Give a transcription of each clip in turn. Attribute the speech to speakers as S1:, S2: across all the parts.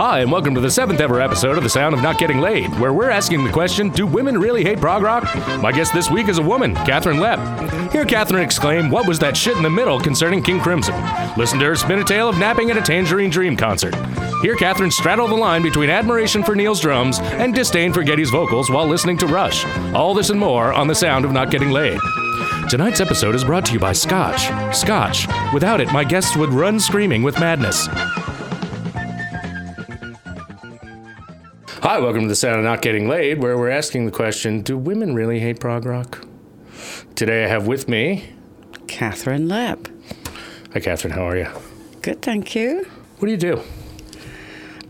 S1: Hi, and welcome to the seventh ever episode of The Sound of Not Getting Laid, where we're asking the question Do women really hate prog rock? My guest this week is a woman, Catherine Lepp. Hear Catherine exclaim, What was that shit in the middle concerning King Crimson? Listen to her spin a tale of napping at a Tangerine Dream concert. Hear Catherine straddle the line between admiration for Neil's drums and disdain for Getty's vocals while listening to Rush. All this and more on The Sound of Not Getting Laid. Tonight's episode is brought to you by Scotch. Scotch. Without it, my guests would run screaming with madness. Hi, welcome to the Sound of Not Getting Laid, where we're asking the question Do women really hate prog rock? Today I have with me.
S2: Catherine Lepp.
S1: Hi, Catherine, how are you?
S2: Good, thank you.
S1: What do you do?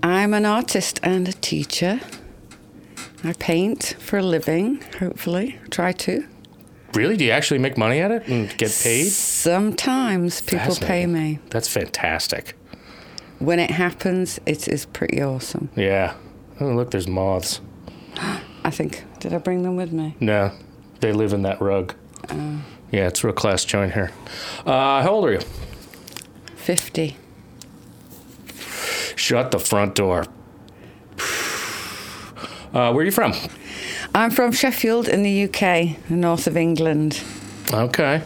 S2: I'm an artist and a teacher. I paint for a living, hopefully. Try to.
S1: Really? Do you actually make money at it and get paid?
S2: Sometimes people pay
S1: Fascinating.
S2: me.
S1: That's fantastic.
S2: When it happens, it is pretty awesome.
S1: Yeah. Oh, look, there's moths.
S2: I think. Did I bring them with me?
S1: No, they live in that rug.
S2: Uh.
S1: yeah, it's real class joint here. Uh, how old are you?
S2: 50.
S1: Shut the front door. Uh, where are you from?
S2: I'm from Sheffield in the UK, the north of England.
S1: Okay.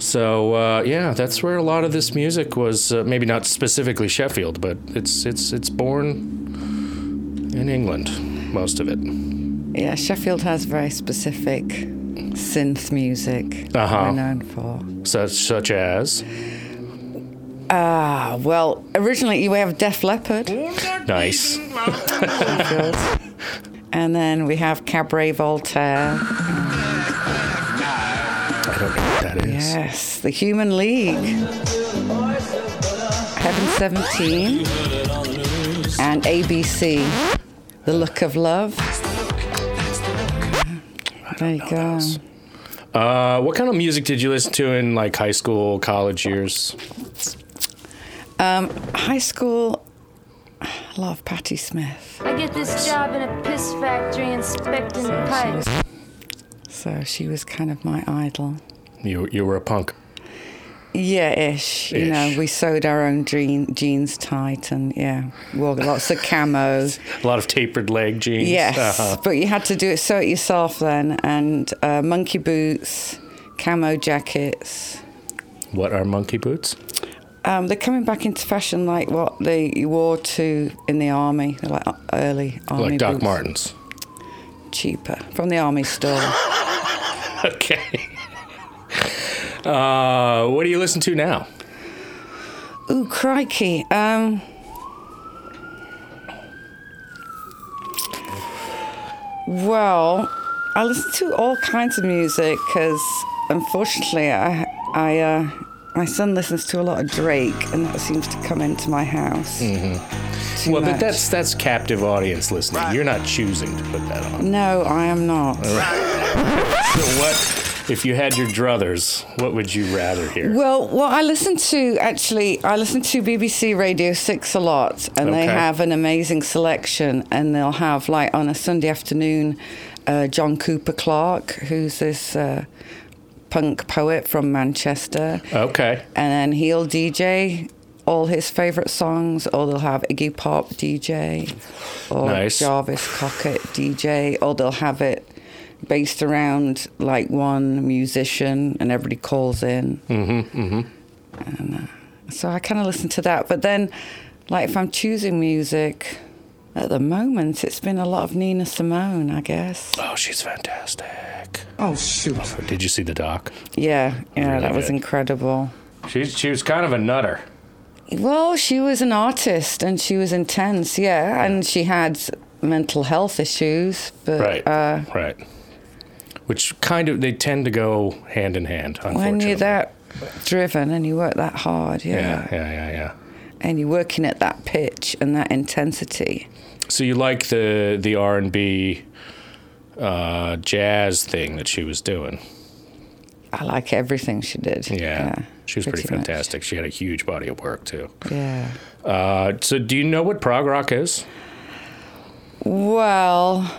S1: So uh, yeah, that's where a lot of this music was. Uh, maybe not specifically Sheffield, but it's it's it's born in England, most of it.
S2: Yeah, Sheffield has very specific synth music
S1: Uh-huh.
S2: we're known for.
S1: Such such as
S2: Ah, well, originally we have Def Leppard.
S1: nice.
S2: And then we have Cabaret Voltaire.
S1: I don't know what that is.
S2: Yes, the Human League. Heaven 17. And ABC. The Look of Love. There you go.
S1: Uh, what kind of music did you listen to in like high school, college years?
S2: High school, I love Patti Smith.
S3: I get this job in a piss factory inspecting pipes.
S2: So she was kind of my idol.
S1: You you were a punk.
S2: Yeah, ish. You know,
S1: Ish.
S2: we sewed our own jean, jeans tight and, yeah, wore lots of camos.
S1: A lot of tapered leg jeans.
S2: Yes,
S1: Uh-huh.
S2: but you had to do it sew it yourself then, and uh, monkey boots, camo jackets.
S1: What are monkey boots?
S2: Um, they're coming back into fashion like what they you wore to in the army, they're like uh, early army
S1: like Doc
S2: boots.
S1: Martens.
S2: cheaper from the army store.
S1: Okay. Uh, what do you listen to now?
S2: Ooh, crikey! Um, well, I listen to all kinds of music because, unfortunately, I, I, uh, my son listens to a lot of Drake, and that seems to come into my house. too
S1: Well, but
S2: much.
S1: that's that's captive audience listening. You're not choosing to put that on.
S2: no, I am not.
S1: So what if you had your druthers? What would you rather hear?
S2: Well, well, I listen to actually, I listen to BBC Radio Six a lot, and they
S1: Okay.
S2: have an amazing selection. And they'll have like on a Sunday afternoon, uh, John Cooper Clarke, who's this uh, punk poet from Manchester,
S1: Okay.
S2: and then he'll DJ all his favourite songs, or they'll have Iggy Pop DJ, or
S1: Nice.
S2: Jarvis Cockett DJ, or they'll have it. Based around like one musician, and everybody calls in.
S1: Mm-hmm,
S2: uh, So I kind of listen to that. But then, like, if I'm choosing music at the moment, it's been a lot of Nina Simone, I guess.
S1: Oh, she's fantastic.
S4: Oh, shoot.
S1: Did you see the doc?
S2: Yeah, yeah,
S1: Really
S2: that was
S1: good.
S2: incredible.
S1: She's she was kind of a nutter.
S2: Well, she was an artist and she was intense, yeah. And she had mental health issues, but
S1: Right.
S2: uh,
S1: right. Which kind of they tend to go hand in hand.
S2: when
S1: Unfortunately.
S2: you're that driven and you work that hard,
S1: Yeah.
S2: yeah,
S1: Yeah. Yeah. Yeah.
S2: and you're working at that pitch and that intensity,
S1: So you like the the R and B, uh, jazz thing that she was doing?
S2: I like everything she did.
S1: Yeah. She was pretty,
S2: much.
S1: fantastic. She had a huge body of work too.
S2: Yeah.
S1: Uh, so do you know what prog rock is?
S2: Well,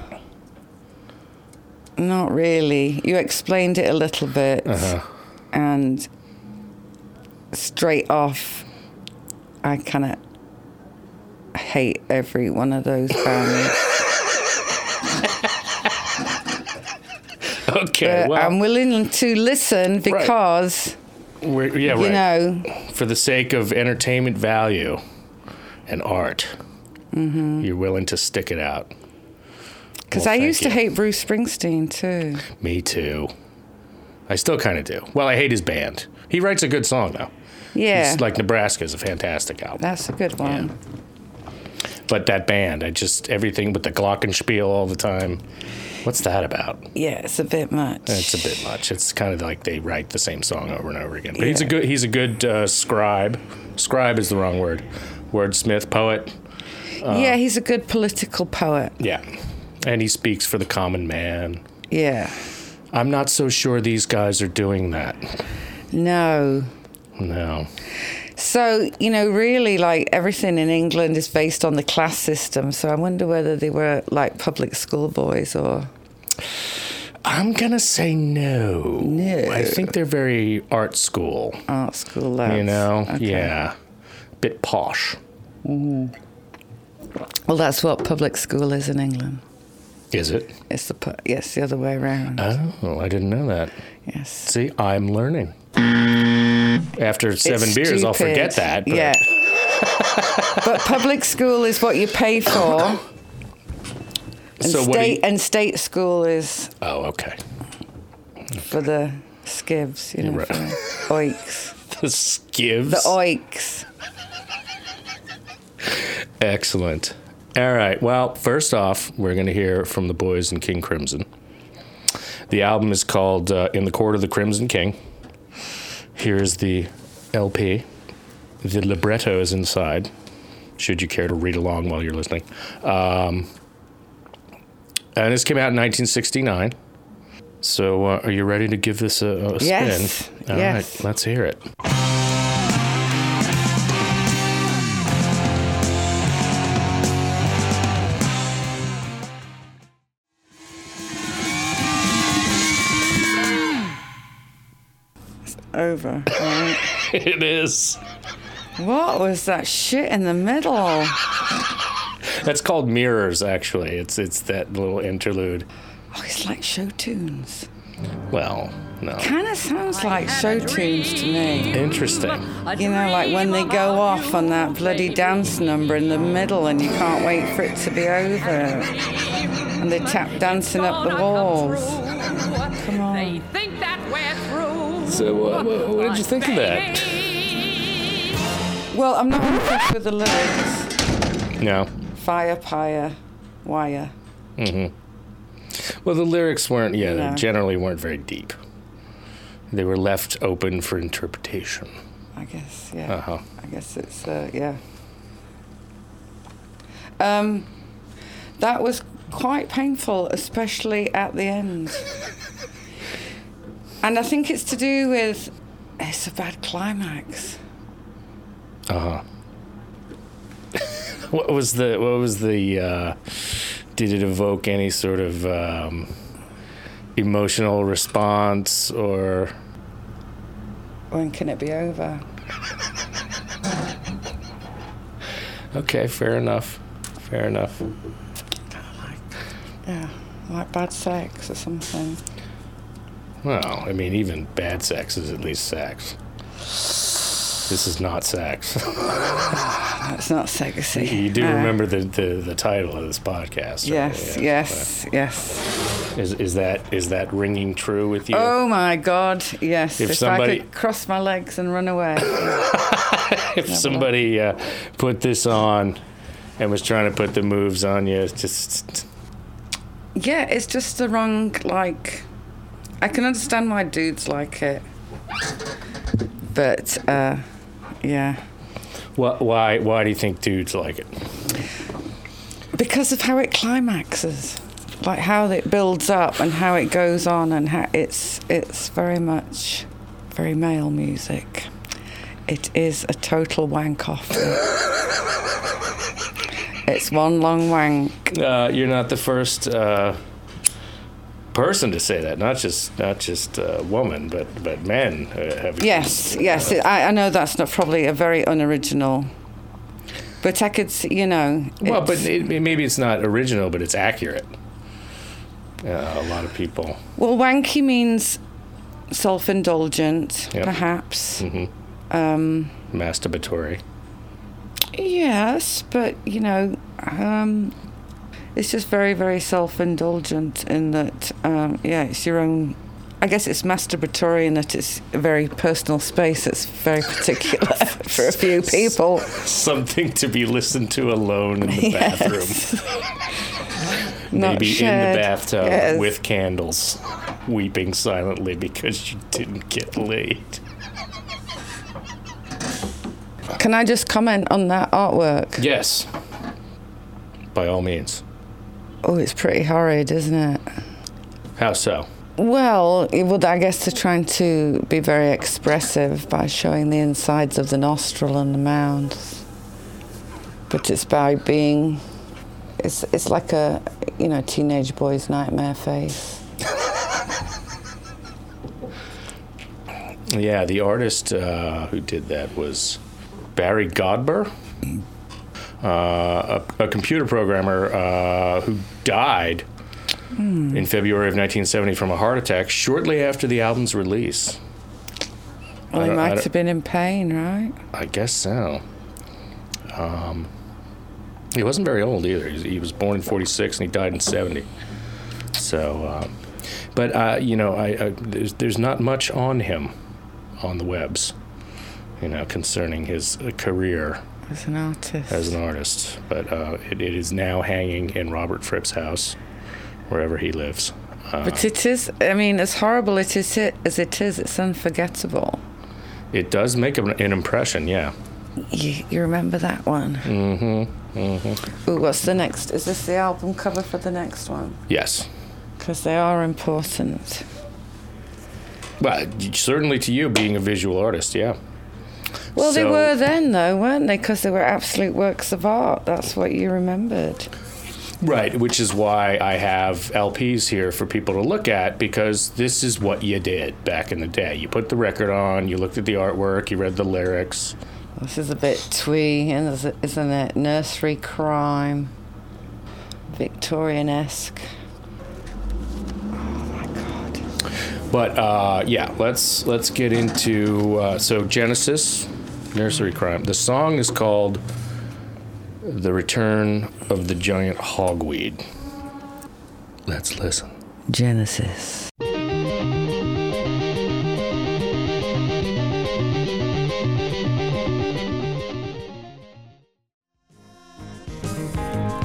S2: not really. You explained it a little bit,
S1: Uh-huh.
S2: and straight off, I kind of hate every one of those bands.
S1: Okay, well,
S2: I'm willing to listen because,
S1: we're, yeah,
S2: um, you
S1: right.
S2: know,
S1: For the sake of entertainment value and art,
S2: Mm-hmm.
S1: you're willing to stick it out.
S2: because
S1: Well,
S2: I
S1: thank
S2: used
S1: you.
S2: to hate Bruce Springsteen too.
S1: Me too. I still kind of do. Well, I hate his band. He writes a good song though.
S2: Yeah.
S1: It's like Nebraska is a fantastic album.
S2: that's a good one.
S1: But that band, I just everything with the glockenspiel all the time. What's that about?
S2: Yeah, it's a bit much.
S1: It's a bit much. It's kind of like they write the same song over and over again. But he's a
S2: Yeah.
S1: good he's a good uh, scribe. Scribe is the wrong word. Wordsmith, poet. uh,
S2: yeah, he's a good political poet.
S1: Yeah. And he speaks for the common man.
S2: Yeah.
S1: I'm not so sure these guys are doing that.
S2: No.
S1: No.
S2: So, you know, really, like everything in England is based on the class system. So I wonder whether they were like public school boys or.
S1: I'm gonna say no.
S2: No.
S1: I think they're very art school.
S2: art school lads.
S1: You know? Yeah. Bit posh.
S2: Well, that's what public school is in England.
S1: Is it?
S2: It's the pu- yes, the other way around.
S1: Oh, I didn't know that.
S2: yes.
S1: See, I'm learning. After seven
S2: It's
S1: beers, I'll
S2: stupid.
S1: forget that. But
S2: Yeah. but public school is what you pay for. And
S1: So
S2: state
S1: what do you-
S2: and state school is
S1: Oh, okay.
S2: for the skivs, you know,
S1: You're right.
S2: for the oiks,
S1: The skivs.
S2: the oiks.
S1: Excellent. All right. Well, first off, we're going to hear from the boys in King Crimson. The album is called uh, In the Court of the Crimson King. Here is the LP. The libretto is inside, should you care to read along while you're listening. Um, and this came out in 1969. So, uh, are you ready to give this a, a spin?
S2: Yes,
S1: All
S2: yes.
S1: right, let's hear it.
S2: Over. right.
S1: it is.
S2: what was that shit in the middle?
S1: That's called Mirrors, actually. It's it's that little interlude.
S2: Oh, it's like show tunes.
S1: Well, no.
S2: Kind of sounds like show tunes to me.
S1: Interesting.
S2: You know, like when they go off on that bloody dance number in the middle and you can't wait for it to be over. And they tap dancing up the walls.
S5: Come
S2: on.
S5: They think that we're through.
S1: So, uh, wha- what did you think of that?
S2: Well, I'm not impressed with the lyrics.
S1: No.
S2: Fire, pyre, wire.
S1: Well, the lyrics weren't, yeah, they
S2: No.
S1: generally weren't very deep. They were left open for interpretation.
S2: I guess, yeah.
S1: Uh-huh.
S2: I guess it's, uh, yeah. Um, that was quite painful, especially at the end. and I think it's to do with it's a bad climax.
S1: Uh-huh. What was the, what was the, uh, did it evoke any sort of um, emotional response or,
S2: When can it be over?
S1: okay, fair enough. Fair enough.
S2: Yeah, like bad sex or something.
S1: Well, I mean, even bad sex is at least sex. This is not sex.
S2: That's not sexy.
S1: You do
S2: No.
S1: remember the, the, the title of this podcast. right?
S2: Uh, Yes,
S1: Yeah.
S2: yes, yes.
S1: Is, is that is that ringing true with you?
S2: Oh my God! Yes,
S1: If
S2: if,
S1: somebody-
S2: I could cross my legs and run away.
S1: if somebody uh, put this on and was trying to put the moves on you, it's just
S2: yeah, it's just the wrong like. I can understand why dudes like it, but uh, yeah,
S1: wh- why why do you think dudes like it?
S2: because of how it climaxes, like how it builds up and how it goes on, and how it's it's very much very male music. It is a total wank off. it's one long wank.
S1: Uh, you're not the first uh, person to say that. Not just not just uh, woman, but but men uh, have.
S2: Yes, yes. I, I know that's not probably a very unoriginal But I could, see, you know,
S1: Well,
S2: it's-
S1: but it, it- maybe it's not original, but it's accurate. Uh, a lot of people.
S2: Well, wanky means self indulgent,
S1: Yep. Mm-hmm.
S2: perhaps.
S1: Masturbatory.
S2: Yes, but, you know, um, it's just very, very self indulgent in that, um, yeah, it's your own. I guess it's masturbatory in that it's a very personal space. It's very particular for a few people.
S1: Something to be listened to alone in the bathroom.
S2: Not
S1: Maybe in
S2: shared.
S1: the bathtub
S2: Yes.
S1: with candles, weeping silently because you didn't get laid.
S2: Can I just comment on that artwork?
S1: Yes. By all means.
S2: Oh, it's pretty horrid, isn't it?
S1: How so?
S2: Well, it would, I guess they're trying to be very expressive by showing the insides of the nostril and the mouth. But it's by being, it's, it's like a, you know, teenage boy's nightmare face.
S1: Yeah, the artist uh, who did that was Barry Godber, uh, a, a computer programmer uh, who died in February of 1970 from a heart attack shortly after the album's release.
S2: Well,
S1: don't-
S2: he
S1: I
S2: might
S1: don't-
S2: have been in pain, right?
S1: I guess so. Um, he wasn't very old either. He was- He was born in 46 and he died in 70. So, um, but, uh, you know, I, I, there's, there's not much on him on the webs, you know, concerning his uh, career
S2: As an artist.
S1: as an artist. But uh, it, it is now hanging in Robert Fripp's house, wherever he lives.
S2: but it is, I mean, as horrible it is, as it is, it's unforgettable.
S1: It does make an, an impression, yeah.
S2: You, you remember that one? Mm-hmm. mm-hmm. Ooh, what's the next? Is this the album cover for the next one?
S1: Yes.
S2: Because they are important.
S1: Well, certainly to you being a visual artist, yeah.
S2: Well, they
S1: So-
S2: were then, though, weren't they? Because they were absolute works of art. That's what you remembered.
S1: Right, which is why I have LPs here for people to look at because this is what you did back in the day. You put the record on, you looked at the artwork, you read the lyrics.
S2: This is a bit twee, is- isn't it? Nursery crime, Victorian esque. Oh my God.
S1: But uh, yeah, let's let's get into uh, so Genesis, Nursery Crime. The song is called "The Return of the Giant Hogweed." Let's listen.
S2: Genesis.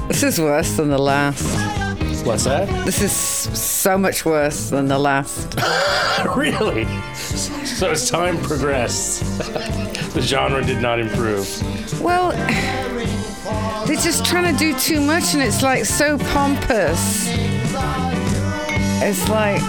S2: This is worse than the last.
S1: What's that?
S2: This is so much worse than the last.
S1: really? So as time progressed, the genre did not improve.
S2: Well, they're just trying to do too much, and it's like so pompous. It's like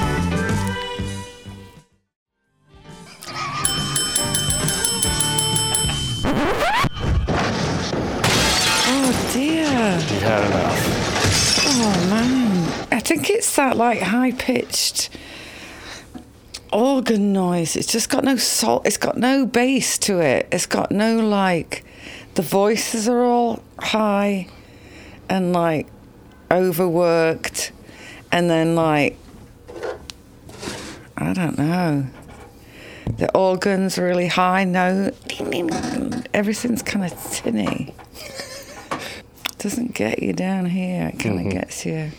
S2: oh dear,
S1: You've had enough.
S2: oh man. I think it's that like high pitched organ noise. It's just got no salt. It's got no bass to it. It's got no like. The voices are all high and like overworked, and then like I don't know. The organs really high. No, everything's kind of tinny. Doesn't get you down here. It kind of gets you.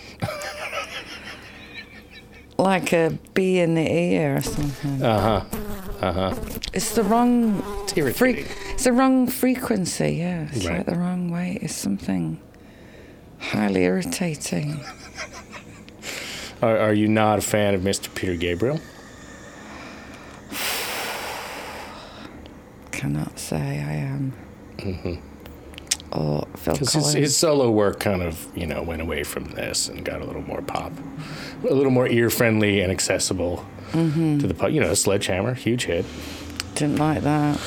S2: Like a bee in the ear or something. Uh huh. Uh huh. It's the wrong
S1: irritating.
S2: frequency. It's the wrong frequency. Yeah. It's
S1: Right.
S2: like the wrong way. It's something highly irritating.
S1: Are, are you not a fan of Mr. Peter Gabriel?
S2: Cannot say I am. Mm-hmm. Or Phil
S1: Because
S2: Collins.
S1: his, his solo work kind of, you know, went away from this and got a little more pop, a little more ear friendly and accessible to the pop. You know, Sledgehammer, huge hit,
S2: Didn't like that.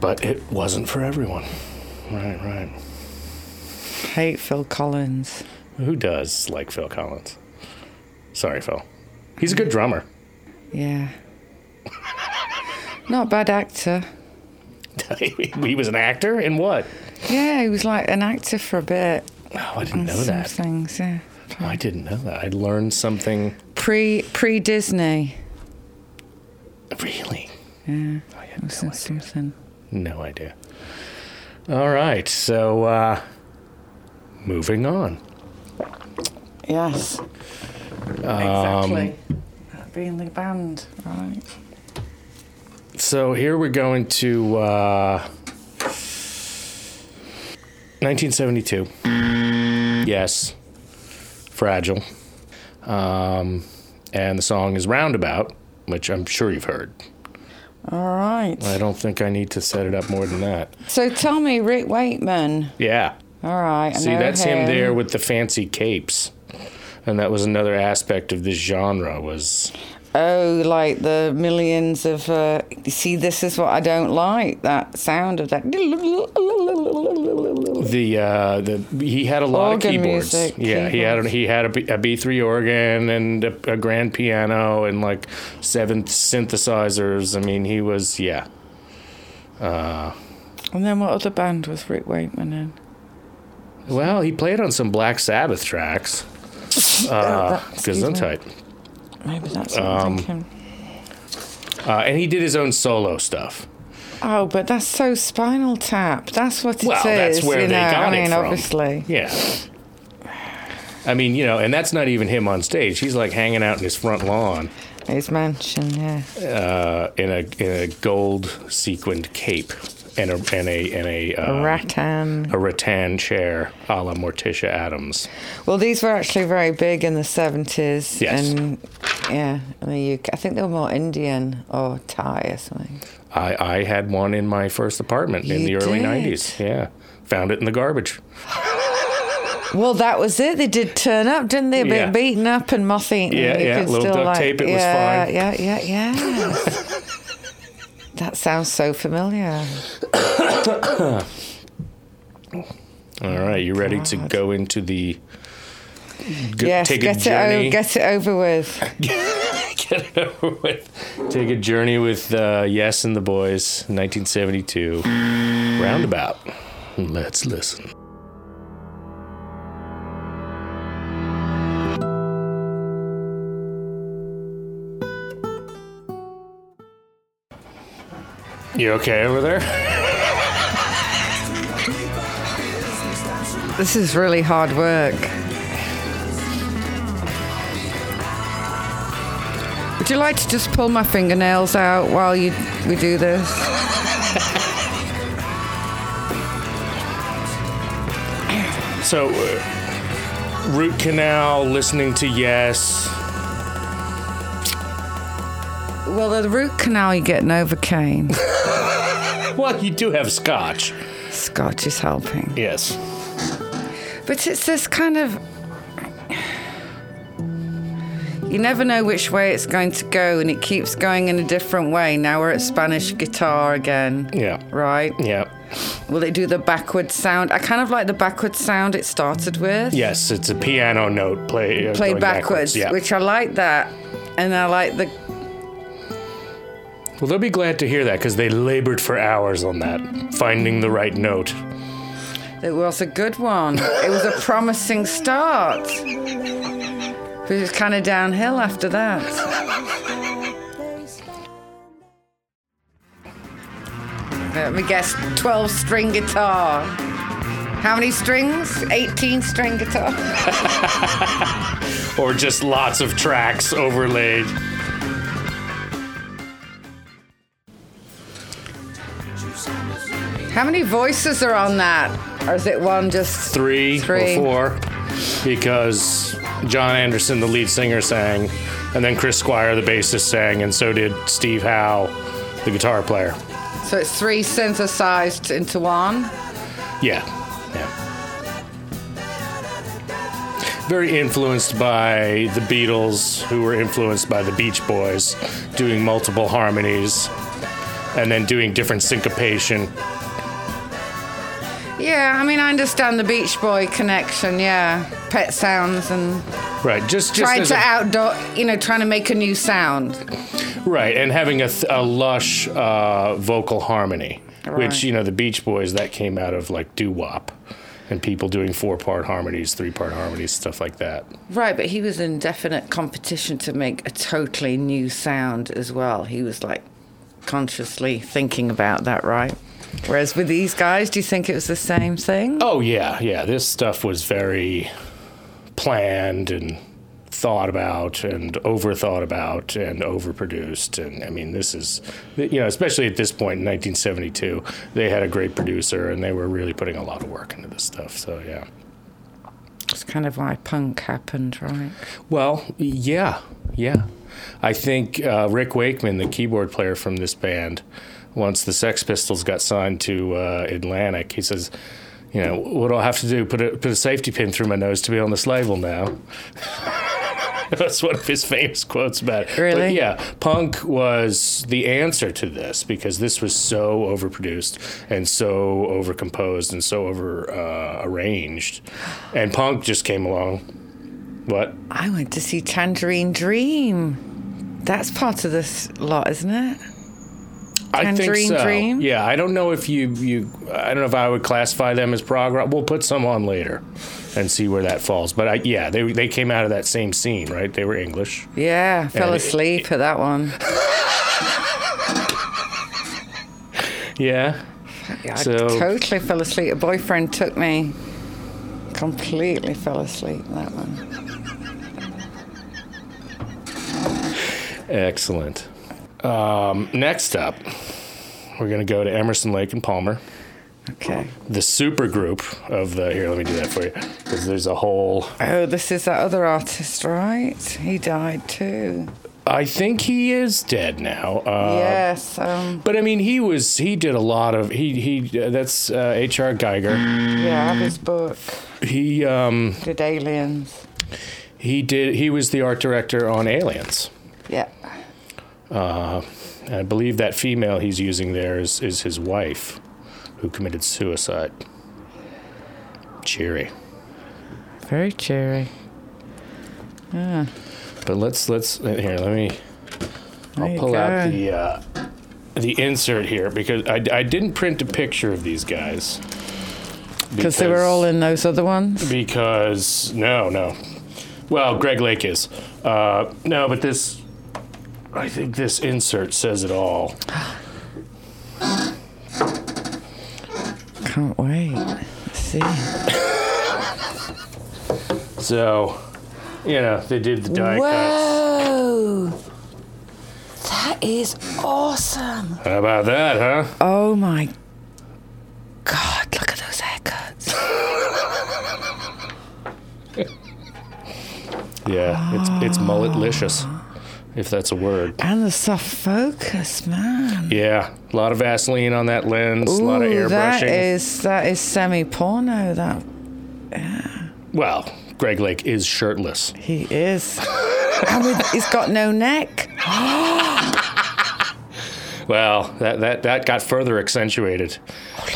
S1: but it wasn't for everyone. Right, right.
S2: Hate Phil Collins.
S1: Who does like Phil Collins? Sorry, Phil. He's a good drummer.
S2: Yeah. Not a bad actor.
S1: he was an actor in what?
S2: Yeah, he was like an actor for a bit.
S1: Oh, I didn't
S2: and
S1: know
S2: some
S1: that.
S2: things. Yeah.
S1: Oh, I didn't know that. I learned something.
S2: Pre pre Disney.
S1: Really?
S2: Yeah.
S1: Oh, I
S2: It
S1: had
S2: was
S1: no
S2: in
S1: idea.
S2: something.
S1: No idea. All right. So, uh, moving on.
S2: Yes. exactly. Being the band, right?
S1: So here we're going to uh, 1972. Yes, fragile. Um, and the song is Roundabout, which I'm sure you've heard.
S2: All right.
S1: I don't think I need to set it up more than that.
S2: So tell me, Rick Wakeman.
S1: Yeah.
S2: All right. I
S1: See,
S2: know
S1: that's him
S2: him
S1: there with the fancy capes. And that was another aspect of this genre was
S2: Oh, like the millions of. Uh, you see, this is what I don't like. That sound of that.
S1: the uh, the he had a lot
S2: Organ
S1: of keyboards.
S2: music,
S1: yeah, he had a, he had a, B, a B3 organ and a, a grand piano and like seven synthesizers. I mean, he was yeah.
S2: And then what other band was Rick Wakeman in?
S1: Well, he played on some Black Sabbath tracks. Uh,
S2: Oh, excuse me.
S1: Gesundheit.
S2: Maybe that's what
S1: Um,
S2: I'm thinking.
S1: Uh, and he did his own solo stuff.
S2: Oh, but that's so Spinal Tap. That's what it is.
S1: Well, that's where
S2: you
S1: they
S2: know?
S1: got
S2: I
S1: it
S2: mean,
S1: from.
S2: obviously.
S1: Yeah. I mean, you know, and that's not even him on stage. He's like hanging out in his front lawn
S2: His mansion, yeah.
S1: uh, in a in a gold sequined cape and a and a and a uh,
S2: Rattan.
S1: a rattan chair a la Morticia Adams.
S2: Well, these were actually very big in the 70s.
S1: Yes.
S2: And, yeah, in the UK. I think they were more Indian or Thai or something.
S1: I, I had one in my first apartment in the
S2: You
S1: early
S2: did?
S1: 90s. Yeah. Found it in the garbage.
S2: Well, that was it. They did turn up, didn't they? A bit
S1: Yeah.
S2: beaten up and moth eaten.
S1: Yeah,
S2: You
S1: yeah,
S2: could
S1: little
S2: still,
S1: duct
S2: like,
S1: tape, it was
S2: yeah,
S1: fine.
S2: Yeah, yeah, yeah. that sounds so familiar.
S1: All right. You ready to
S2: God.
S1: go into the. Go,
S2: yes,
S1: take a
S2: get it,
S1: journey.
S2: o- get it over with.
S1: get it over with. Take a journey with uh, Yes and the Boys, 1972. Roundabout. Let's listen. You okay over there?
S2: This is really hard work. Would you like to just pull my fingernails out while you we do this?
S1: So, uh, root canal, listening to Yes.
S2: Well, the root canal you're getting over cane.
S1: Well, you do have scotch.
S2: Scotch is helping,
S1: Yes.
S2: but it's this kind of. You never know which way it's going to go, and it keeps going in a different way. Now we're at Spanish guitar again.
S1: Yeah.
S2: Right?
S1: Yeah.
S2: Will it do the backward sound? I kind of like the backward sound it started with.
S1: Yes, it's a piano note play. uh,
S2: Play
S1: going
S2: backwards,
S1: Yeah.
S2: which I like that. And I like the.
S1: Well, they'll be glad to hear that because they labored for hours on that, finding the right note.
S2: It was a good one. it was a promising start. But it was kind of downhill after that. Let me guess 12 string guitar. How many strings? 18 string guitar.
S1: Or just lots of tracks overlaid.
S2: How many voices are on that? Or is it one just
S1: Three,
S2: Three.
S1: or four. Because John Anderson, the lead singer, sang, and then Chris Squire, the bassist, sang, and so did Steve Howe, the guitar player.
S2: So it's three synthesized into one.
S1: Yeah. Yeah. Very influenced by the Beatles, who were influenced by the Beach Boys, doing multiple harmonies and then doing different syncopation.
S2: Yeah, I mean I understand the Beach Boy connection. Yeah, Pet Sounds and
S1: Right, just, just
S2: trying
S1: as
S2: to
S1: a-
S2: outdoor, you know, trying to make a new sound.
S1: right, and having a, th- a lush uh, vocal harmony.
S2: Right.
S1: which you know the Beach Boys that came out of like doo wop, and people doing four part harmonies, three part harmonies, stuff like that.
S2: Right, but he was in definite competition to make a totally new sound as well. He was like consciously thinking about that, right? Whereas with these guys, do you think it was the same thing?
S1: Oh yeah, yeah. This stuff was very planned and thought about and overthought about and overproduced and I mean this is you know especially at this point in 1972 they had a great producer and they were really putting a lot of work into this stuff so yeah
S2: It's kind of why punk happened, right?
S1: well yeah yeah I think uh, Rick Wakeman the keyboard player from this band once the Sex Pistols got signed to uh, Atlantic he says you know what do I have to do put a put a safety pin through my nose to be on this label now That's one of his famous quotes about it.
S2: Really?
S1: But yeah. Punk was the answer to this because this was so overproduced and so overcomposed and so over uh, arranged. And punk just came along. What?
S2: I went to see Tangerine Dream. That's part of this lot, isn't it?
S1: I think
S2: Tangerine
S1: so.
S2: Dream?
S1: Yeah, I don't know if you you I don't know if I would classify them as prog rock. We'll put some on later and see where that falls. But I, yeah, they they came out of that same scene, right? They were English.
S2: Yeah, I fell
S1: it-
S2: asleep at that one.
S1: Yeah.
S2: Yeah, I
S1: So-
S2: totally fell asleep. A boyfriend took me. Completely fell asleep that one.
S1: Excellent. Um, next up, we're going to go to Emerson, Lake, and Palmer,
S2: Okay.
S1: the supergroup of the. Here, let me do that for you. Because there's a whole.
S2: Oh, this is that other artist, right? He died too.
S1: I think he is dead now. Uh,
S2: yes. Um,
S1: But I mean, he was. He did a lot of. He he. Uh, that's uh, H.R. Geiger.
S2: yeah, I have his book,
S1: He um
S2: Did Aliens.
S1: he did. He was the art director on Aliens.
S2: Yeah.
S1: And I believe that female he's using there is is his wife, who committed suicide. Cheery.
S2: Very cheery.
S1: But let's let's uh, here. Let me.
S2: There
S1: I'll
S2: you
S1: pull out
S2: go.
S1: the uh, the insert here because I, I didn't print a picture of these guys
S2: Because they were all in those other ones.
S1: Because no, no. Well, Greg Lake is. Uh, no, but this. I think this insert says it all.
S2: Can't wait. Let's see.
S1: So, you know, they did the die cuts.
S2: Whoa! That is awesome.
S1: How about that, huh?
S2: Oh my God! Look at those haircuts.
S1: Yeah, it's it's mulletlicious, if that's a word.
S2: And the soft focus, man.
S1: Yeah, a lot of Vaseline on that lens, a lot of
S2: Ooh,
S1: airbrushing.
S2: that is that is semi-porno. That
S1: Well, Greg Lake is shirtless.
S2: He is. and with, he's got no neck.
S1: Well, that that, that got further accentuated.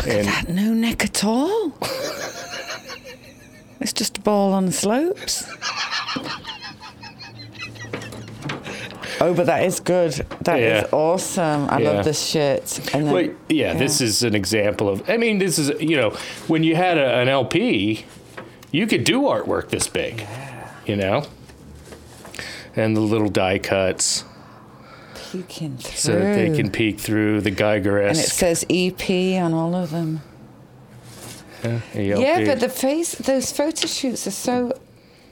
S1: and
S2: That no neck at all. it's just a ball on the slopes. Oh, but that is good. That is
S1: Yeah.
S2: awesome. I
S1: Yeah.
S2: love this shit. And then,
S1: Well, yeah, this is an example of. I mean, this is you know, when you had a, an LP, you could do artwork this big, you know, and the little die cuts
S2: peeking through.
S1: so that they can peek through the Geiger
S2: and it says EP on all of them.
S1: E
S2: Yeah, but the face, those photo shoots are so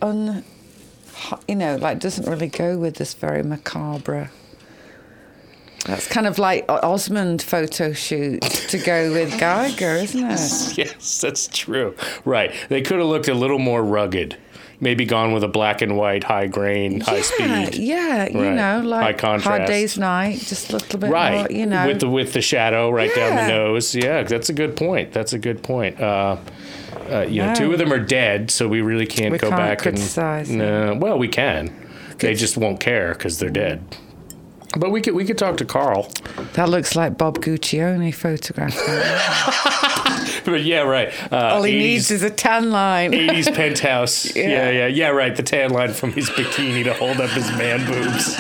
S2: un, you know, like doesn't really go with this very macabre. That's kind of like O- Osmond photo shoot to go with Geiger, isn't it?
S1: yes, that's true. Right, they could have looked a little more rugged. Maybe gone with a black and white, high grain, high
S2: yeah,
S1: speed.
S2: yeah, you
S1: Right. High
S2: know, like Hard
S1: contrast.
S2: Day's Night, just a little bit
S1: right
S2: more, you know.
S1: with the with the shadow right down
S2: Yeah.
S1: the nose yeah that's a good point that's a good point uh, uh, you know, two
S2: No.
S1: of them are dead, so we really can't
S2: We
S1: go
S2: can't
S1: back
S2: criticize
S1: and. No, well, we can. They just won't care because they're dead. But we could we could talk to Carl.
S2: that looks like Bob Guccione photograph.
S1: But yeah, right. Uh,
S2: All he
S1: 80s
S2: needs is a tan line.
S1: 80s penthouse. Yeah. yeah,
S2: Yeah.
S1: yeah, right. The tan line from his bikini to hold up his man boobs.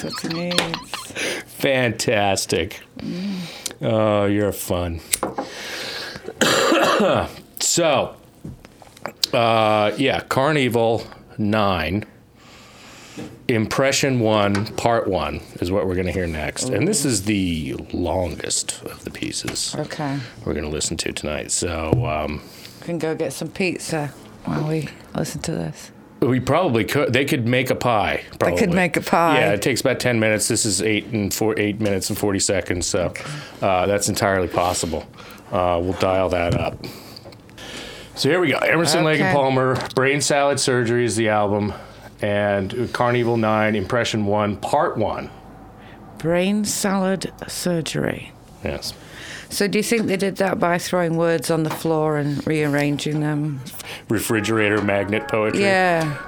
S2: That's what he needs.
S1: Fantastic. Oh, you're fun. so, uh, yeah, Carnival 9, Impression 1, Part 1 is what we're going to hear next. And this is the longest of the pieces
S2: Okay.
S1: we're going to listen to tonight. So, um,
S2: can go get some pizza while we listen to this.
S1: We probably could. They could make a pie. Probably.
S2: make a pie.
S1: Yeah, it takes about ten minutes. This is eight and four, eight minutes and forty seconds. So uh, that's entirely possible. Uh, we'll dial that up. So here we go. Emerson, Lake, and
S2: Okay.
S1: Palmer. Brain Salad Surgery is the album, and Carnival Nine, Impression One, Part One.
S2: Brain salad surgery.
S1: Yes.
S2: So, do you think they did that by throwing words on the floor and rearranging them?
S1: Refrigerator magnet poetry.
S2: Yeah.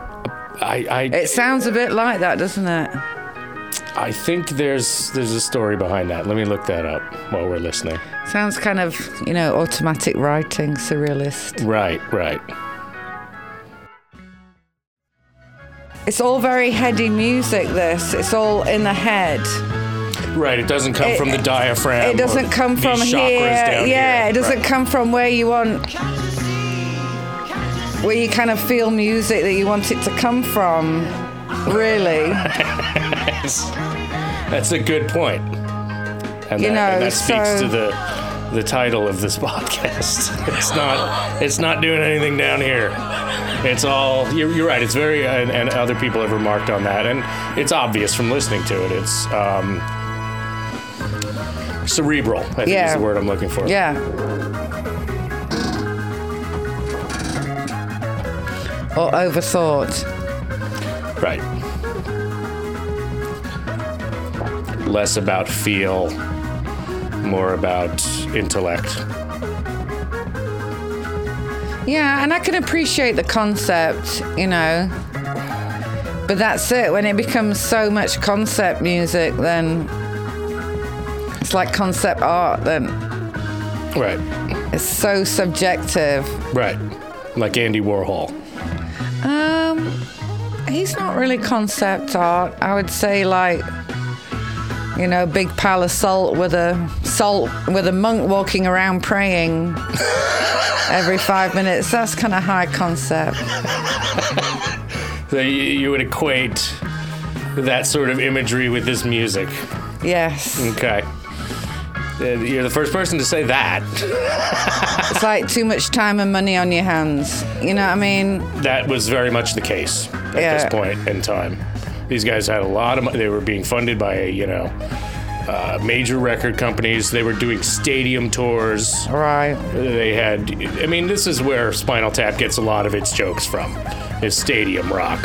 S1: I I,
S2: It sounds a bit like that, doesn't it?
S1: I think there's there's a story behind that. Let me look that up while we're listening.
S2: Sounds kind of, you know, automatic writing, surrealist.
S1: Right. Right.
S2: It's all very heady music, this. It's all in the head.
S1: Right, it doesn't come
S2: It-
S1: from the diaphragm.
S2: It doesn't
S1: or
S2: come
S1: these
S2: from
S1: chakras
S2: here.
S1: down
S2: Yeah,
S1: here.
S2: it doesn't
S1: Right.
S2: come from where you want, where you kind of feel music that you want it to come from, really.
S1: That's a good point. And,
S2: You
S1: that, and
S2: know,
S1: that speaks
S2: so-
S1: to the the title of this podcast. It's not it's not doing anything down here. It's all you're, you're right. It's very and, and other people have remarked on that, and it's obvious from listening to it. It's um, cerebral. I think is
S2: Yeah.
S1: the word I'm looking for.
S2: Yeah. Or overthought.
S1: Right. Less about feel, more about intellect.
S2: Yeah, and I can appreciate the concept, you know. But that's it. When it becomes so much concept music, then it's like concept art, then
S1: Right.
S2: it's so subjective.
S1: Right. Like Andy Warhol.
S2: Um, he's not really concept art. I would say like, you know, big pile of salt with a salt with a monk walking around praying every five minutes. That's kind of high concept.
S1: So you, you would equate that sort of imagery with this music.
S2: Yes,
S1: Okay. Uh, You're the first person to say that.
S2: it's like too much time and money on your hands. You know what I mean?
S1: That was very much the case at
S2: Yeah.
S1: this point in time. These guys had a lot of money. They were being funded by, you know, uh, major record companies. They were doing stadium tours.
S2: Right.
S1: They had, I mean, this is where Spinal Tap gets a lot of its jokes from, is stadium rock.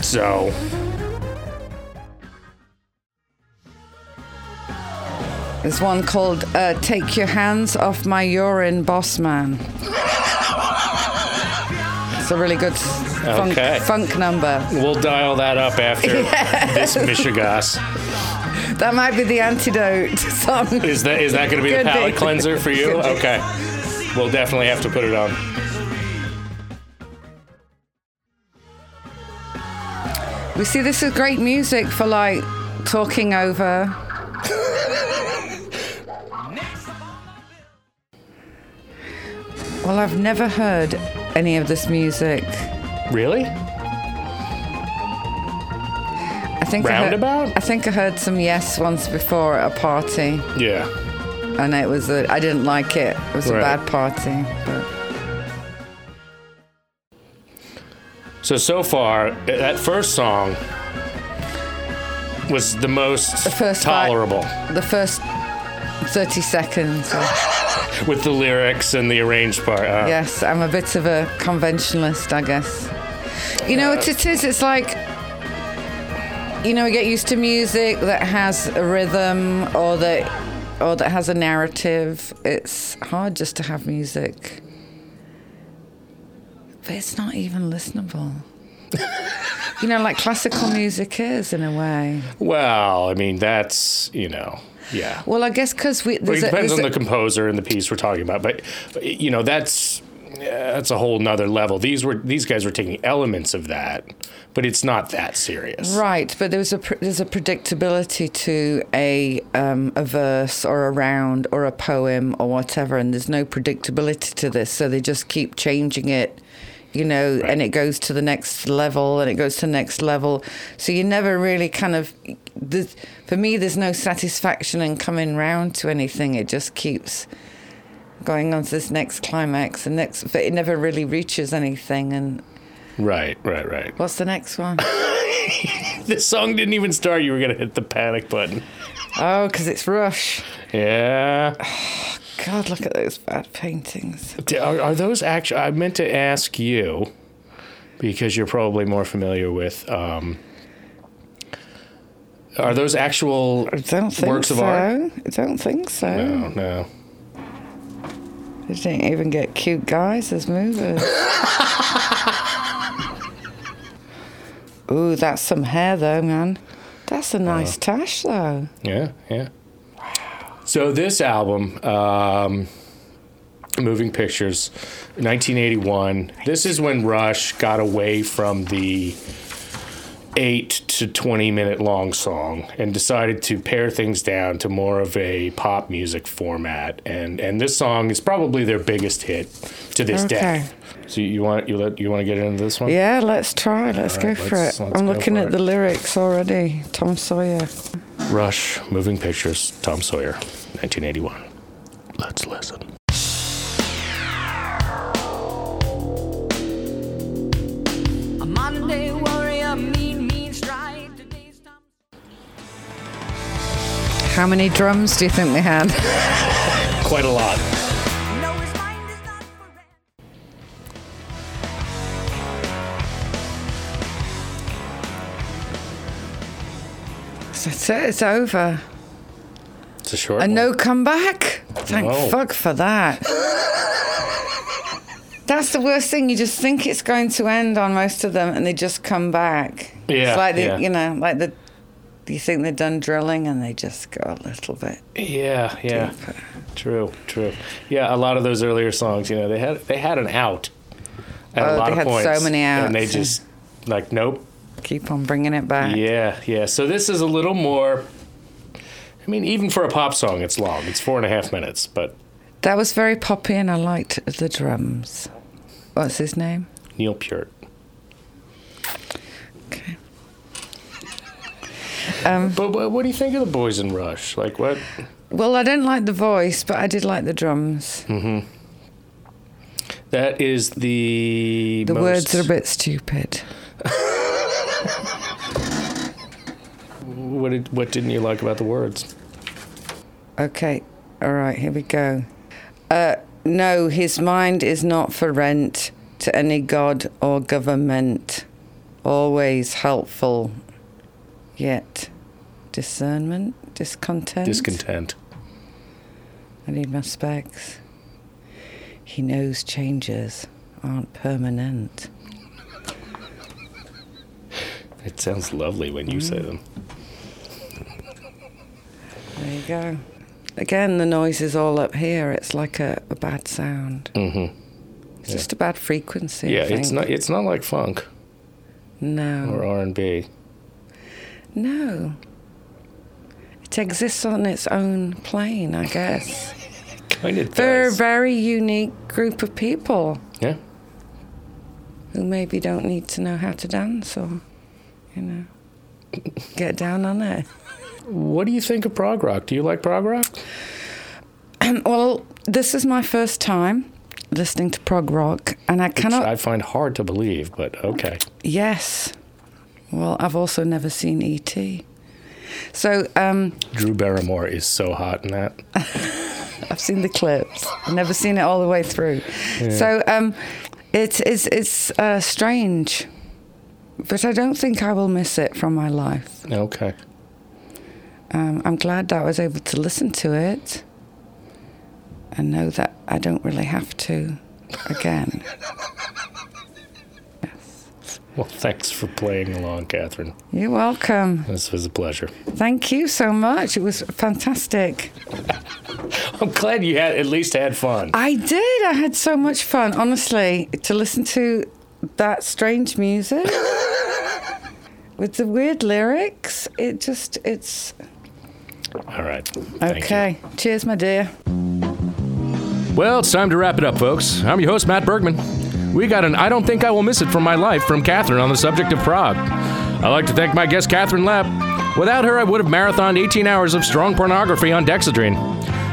S1: So,
S2: There's one called uh, "Take Your Hands Off My Urine, Boss Man." It's a really good s- funk,
S1: Okay.
S2: funk number.
S1: We'll dial that up after this Michigas.
S2: That might be the antidote song.
S1: Is that is that going to be the
S2: Could be.
S1: palate cleanser for you?
S2: Could be.
S1: Okay, we'll definitely have to put it on.
S2: We see this is great music for like talking over. well, I've never heard any of this music.
S1: Really?
S2: I think I heard-
S1: Roundabout?
S2: I think I heard some yes once before at a party,
S1: Yeah.
S2: and it was a, I didn't like it. It was
S1: Right.
S2: a bad party. But
S1: So so far, uh, that first song was the most
S2: first five-
S1: tolerable
S2: the first 30 seconds. or-
S1: with the lyrics and the arranged part. Uh,
S2: Yes, I'm a bit of a conventionalist, I guess. You know what it is? It's like, you know, we get used to music that has a rhythm or that, or that has a narrative. It's hard just to have music, but it's not even listenable. you know, like classical music is in a way.
S1: Well, I mean that's you know yeah.
S2: Well, I guess because we
S1: Well,
S2: there's
S1: it
S2: a-
S1: depends
S2: there's
S1: on
S2: a-
S1: the composer and the piece we're talking about, but you know that's that's a whole nother level. These were these guys were taking elements of that, but it's not that serious.
S2: Right, but there was a pr- there's a predictability to a um, a verse or a round or a poem or whatever, and there's no predictability to this, so they just keep changing it, you know, and
S1: Right.
S2: it goes to the next level and it goes to the next level. So you never really kind of, there's- for me, there's no satisfaction in coming round to anything. It just keeps going on to this next climax and next, but it never really reaches anything. And
S1: Right, right, right.
S2: what's the next one?
S1: This song didn't even start. You were gonna hit the panic button.
S2: oh, because it's Rush.
S1: Yeah.
S2: God, look at those bad paintings.
S1: D- Are, are those actually? I meant to ask you because you're probably more familiar with. Um, are those actual
S2: I don't think
S1: works
S2: so.
S1: of art?
S2: I don't think so.
S1: No, no.
S2: They didn't even get cute guys as movers. Ooh, that's some hair though, man. That's a nice tash though.
S1: Yeah, yeah. So this album, um, Moving Pictures, 1981. This is when Rush got away from the eight to 20 minute long song and decided to pare things down to more of a pop music format. And and this song is probably their biggest hit to this
S2: Okay.
S1: day. So you want you let you want to get into this one?
S2: Yeah, let's try. Let's
S1: All
S2: go
S1: right,
S2: for
S1: let's-
S2: it.
S1: let's
S2: I'm
S1: go
S2: looking
S1: for
S2: at
S1: it.
S2: the lyrics already. Tom Sawyer.
S1: Rush, Moving Pictures, Tom Sawyer, 1981. Let's listen.
S5: A modern day warrior, mean, mean strike. Today's time.
S2: How many drums do you think they had?
S1: Quite a lot.
S5: No, his mind is not for rent.
S2: That's it. It's over.
S1: It's a short.
S2: And
S1: one.
S2: no comeback? Thank
S1: No.
S2: fuck for that. That's the worst thing. You just think it's going to end on most of them, and they just come back.
S1: Yeah,
S2: it's like the,
S1: yeah.
S2: you know, like the you think they're done drilling, and they just go a little bit.
S1: Yeah, yeah. True, true. Yeah, a lot of those earlier songs, you know, they had they had an out. At a
S2: Oh,
S1: lot
S2: they
S1: of
S2: had so
S1: points,
S2: many
S1: And they
S2: outs.
S1: just like nope.
S2: Keep on bringing it back.
S1: Yeah, yeah. So this is a little more. I mean, even for a pop song, it's long. It's four and a half minutes, but
S2: That was very poppy, and I liked the drums. What's his name?
S1: Neil Peart.
S2: Okay. Um,
S1: But what, what do you think of the Boys in Rush? Like what?
S2: Well, I didn't like the voice, but I did like the drums.
S1: That is the
S2: The words are a
S1: most-
S2: bit stupid.
S1: What did, what didn't you like about the words?
S2: Okay, all right, here we go. Uh, no, his mind is not for rent to any god or government. Always helpful, yet discernment, discontent.
S1: Discontent.
S2: I need my specs. He knows changes aren't permanent.
S1: It sounds lovely when you say
S6: Mm-hmm.
S1: them.
S2: There you go. Again, the noise is all up here. It's like a, a bad sound. Mm-hmm. It's just a bad frequency. I
S1: Yeah, it's
S2: think.
S1: not it's not like funk
S2: No.
S1: or R and B.
S2: No. It exists on its own plane, I guess.
S1: Kind of
S2: They're a
S1: does.
S2: very unique group of people
S1: yeah.
S2: who maybe don't need to know how to dance or, you know, get down on it.
S1: What do you think of prog rock? Do you like prog rock?
S2: Well, this is my first time listening to prog rock, and I
S1: Which
S2: cannot.
S1: I find hard to believe, but okay.
S2: Yes. Well, I've also never seen E.T. So um,
S1: Drew Barrymore is so hot in that.
S2: I've seen the clips. I've never seen it all the way through. So um, it is it's uh, strange, but I don't think I will miss it from my life.
S1: Okay.
S2: Um, I'm glad that I was able to listen to it and know that I don't really have to again.
S1: Well, thanks for playing along, Catherine.
S2: You're welcome.
S1: This was a pleasure.
S2: Thank you so much. It was fantastic.
S6: I'm glad you had at least had fun.
S2: I did. I had so much fun, honestly, to listen to that strange music with the weird lyrics. It just, it's
S6: All right. Thank you.
S2: okay. Cheers, my dear.
S1: Well, it's time to wrap it up, folks. I'm your host, Matt Bergman. We got an I Don't Think I Will Miss It from My Life from Catherine on the subject of Prague. I'd like to thank my guest, Catherine Lapp. Without her, I would have marathoned 18 hours of strong pornography on Dexedrine.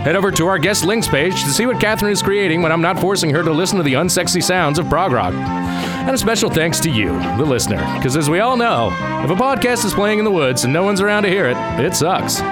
S1: Head over to our guest links page to see what Catherine is creating when I'm not forcing her to listen to the unsexy sounds of prog rock. And a special thanks to you, the listener, because as we all know, if a podcast is playing in the woods and no one's around to hear it, it sucks.